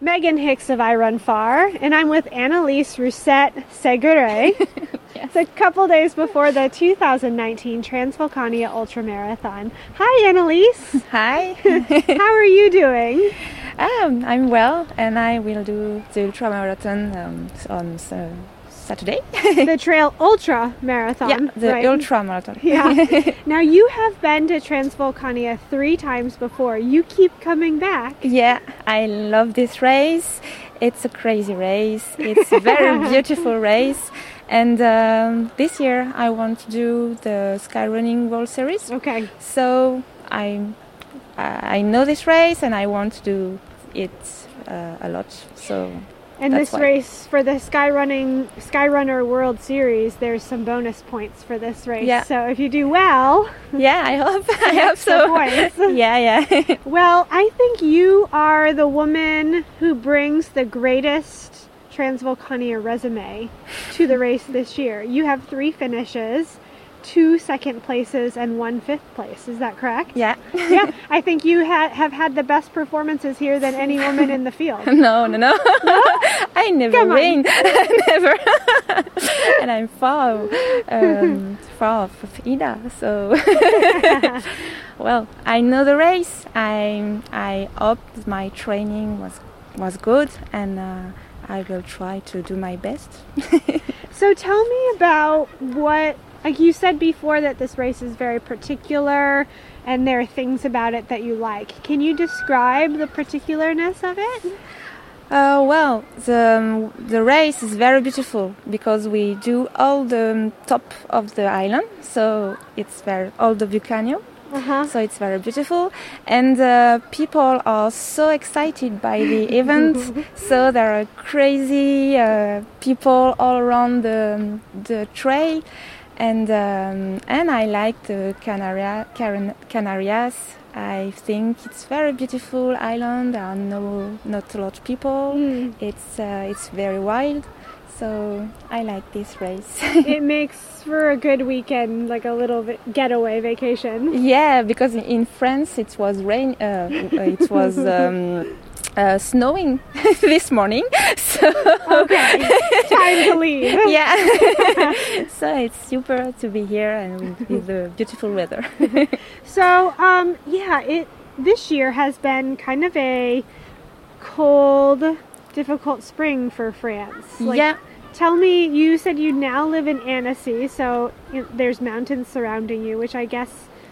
Megan Hicks of I Run Far, and I'm with Annalise Rousset Segure. It's a couple days before the 2019 Transvolcania Ultra Marathon. Hi, Annalise. Hi, How are you doing? um, I'm well, and I will do the ultra marathon um, s- on s- Saturday. The Trail Ultra Marathon. yeah, the right? ultra marathon. Yeah. now you have been to Transvolcania three times before. You keep coming back. Yeah, I love this race. It's a crazy race. It's a very beautiful race, and um, this year I want to do the Sky Running World Series. Okay. So I, I know this race, and I want to do it uh, a lot. So And this That's why. race for the Sky Running Skyrunner World Series, there's some bonus points for this race. Yeah. So if you do well, yeah, I hope. I hope extra so. points. Yeah, yeah. Well, I think you are the woman who brings the greatest Transvolcania resume to the race this year. You have three finishes, two second places, and one fifth place. Is that correct? Yeah. yeah, I think you ha- have had the best performances here than any woman in the field. No, no, no. I never Come on. win. never. and I'm far, um, far of Ida. So, well, I know the race. I I hope my training was was good, and uh, I will try to do my best. So tell me about what, like you said before, that this race is very particular and there are things about it that you like. Can you describe the particularness of it? Uh, well, the um, the race is very beautiful because we do all the um, top of the island, so it's very all the volcano. Uh huh. so it's very beautiful and uh, people are so excited by the event so there are crazy uh, people all around the, the trail and um, and I like the Canaria, Caran, Canarias. I think it's very beautiful island. There are no not a lot of people. Mm. It's uh, it's very wild, so I like this race. it makes for a good weekend, like a little va- getaway vacation. Yeah, because in- in France it was rain. Uh, it was um, uh, snowing this morning. So Okay, time to leave. yeah, so it's super to be here and with the beautiful weather. So, um, yeah, it this year has been kind of a cold, difficult spring for France. Like, yeah, Tell me, you said you now live in Annecy, so you- there's mountains surrounding you, which I guess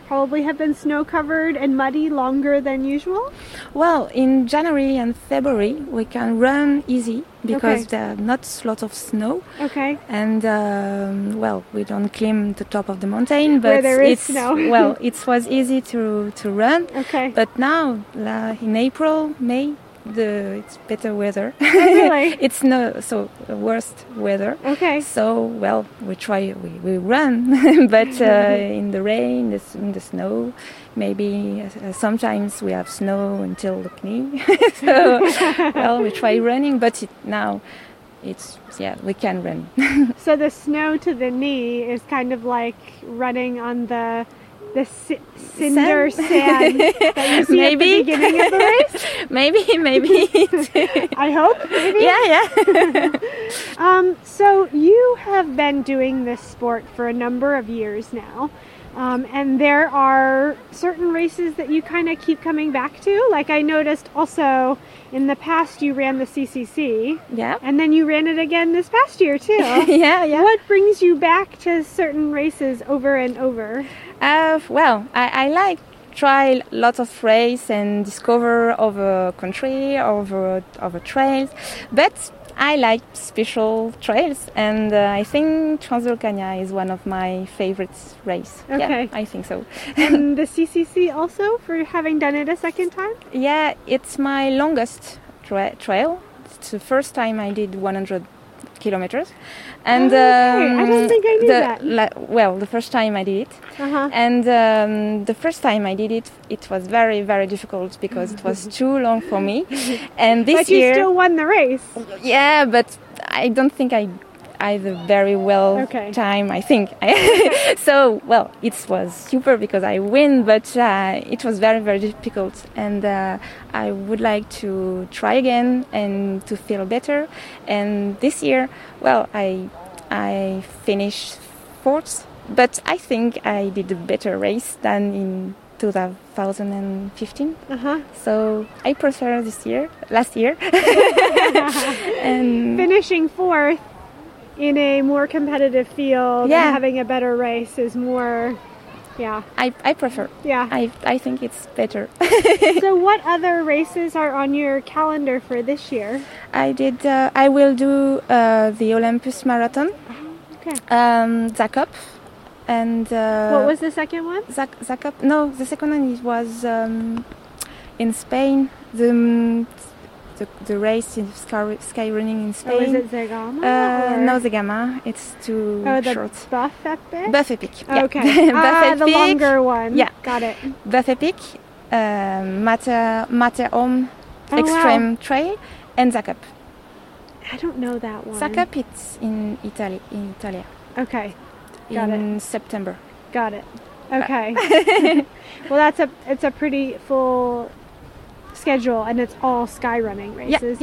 probably have been snow covered and muddy longer than usual. Well, in January and February we can run easy because Okay. there are not a lot of snow, Okay. and um, well, we don't climb the top of the mountain, but there is it's snow. well, it was easy to to run. Okay. But now, la, in April, May, the it's better weather. really? it's no so uh, worst weather. Okay. So well, we try, we, we run, but uh, in the rain, the, s- in the snow, maybe uh, sometimes we have snow until the knee. so well, we try running, but it, now it's yeah, we can run. So the snow to the knee is kind of like running on the the c- cinder sand that you see Maybe. at the beginning of the race. maybe, maybe, I hope. Maybe. yeah, yeah. Um, so you have been doing this sport for a number of years now. Um, and there are certain races that you kind of keep coming back to. Like I noticed also in the past you ran the CCC Yeah, and then you ran it again this past year too. yeah, yeah. What brings you back to certain races over and over? Uh, well, I, I like try lots of race and discover other country, over over trails, but I like special trails, and uh, I think Transurcania is one of my favorite race. Okay. Yeah, I think so. and the CCC also for having done it a second time? Yeah, it's my longest tra- trail. It's the first time I did 100 kilometers, and Oh, okay. I don't um, think I knew the, that. la- well, the first time I did it. Uh-huh. And um, the first time I did it, it was very, very difficult because it was too long for me. And this But you year, still won the race. yeah, but I don't think I I had a very well Okay. time, I think. so, well, it was super because I win, but uh, it was very, very difficult. And uh, I would like to try again and to feel better. And this year, well, I, I finished fourth, but I think I did a better race than in 2015. Uh-huh. So I prefer this year, last year. and Finishing fourth in a more competitive field Yeah. and having a better race is more, yeah, I, I prefer. yeah. I, I think it's better. so, what other races are on your calendar for this year? I did. Uh, I will do uh, the Olympus Marathon, Okay. um, Zakup, and uh, what was the second one? Zak- Zakup? No, the second one it was um, in Spain. The, um, the the race in sky, sky running in Oh, is Spain. it Zegama? uh, or- no, the Gamma. It's too Oh, the short. buff epic? Buff Epic. yeah. Okay. ah, Buff the Epic, longer one. Yeah. Got it. Oh, Buff Epic, uh, Mater Materholm Oh, wow. Extreme Trail, and Zakup. I don't know that one. Zakup it's in Italy. In Italia. Okay. Got it. in September. Got it. Uh. Okay. well, that's a it's a pretty full schedule, and it's all sky running races.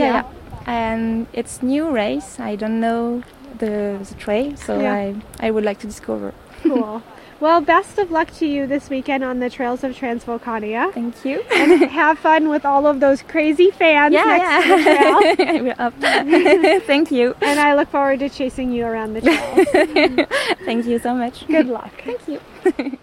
And it's new race. I don't know the, the trail, so Yeah. I, I would like to discover. cool. Well, best of luck to you this weekend on the trails of Transvolcania. Thank you. Have fun with all of those crazy fans next to the trail. I will up. Thank you. And I look forward to chasing you around the trail. Thank you so much. Good luck. Thank you.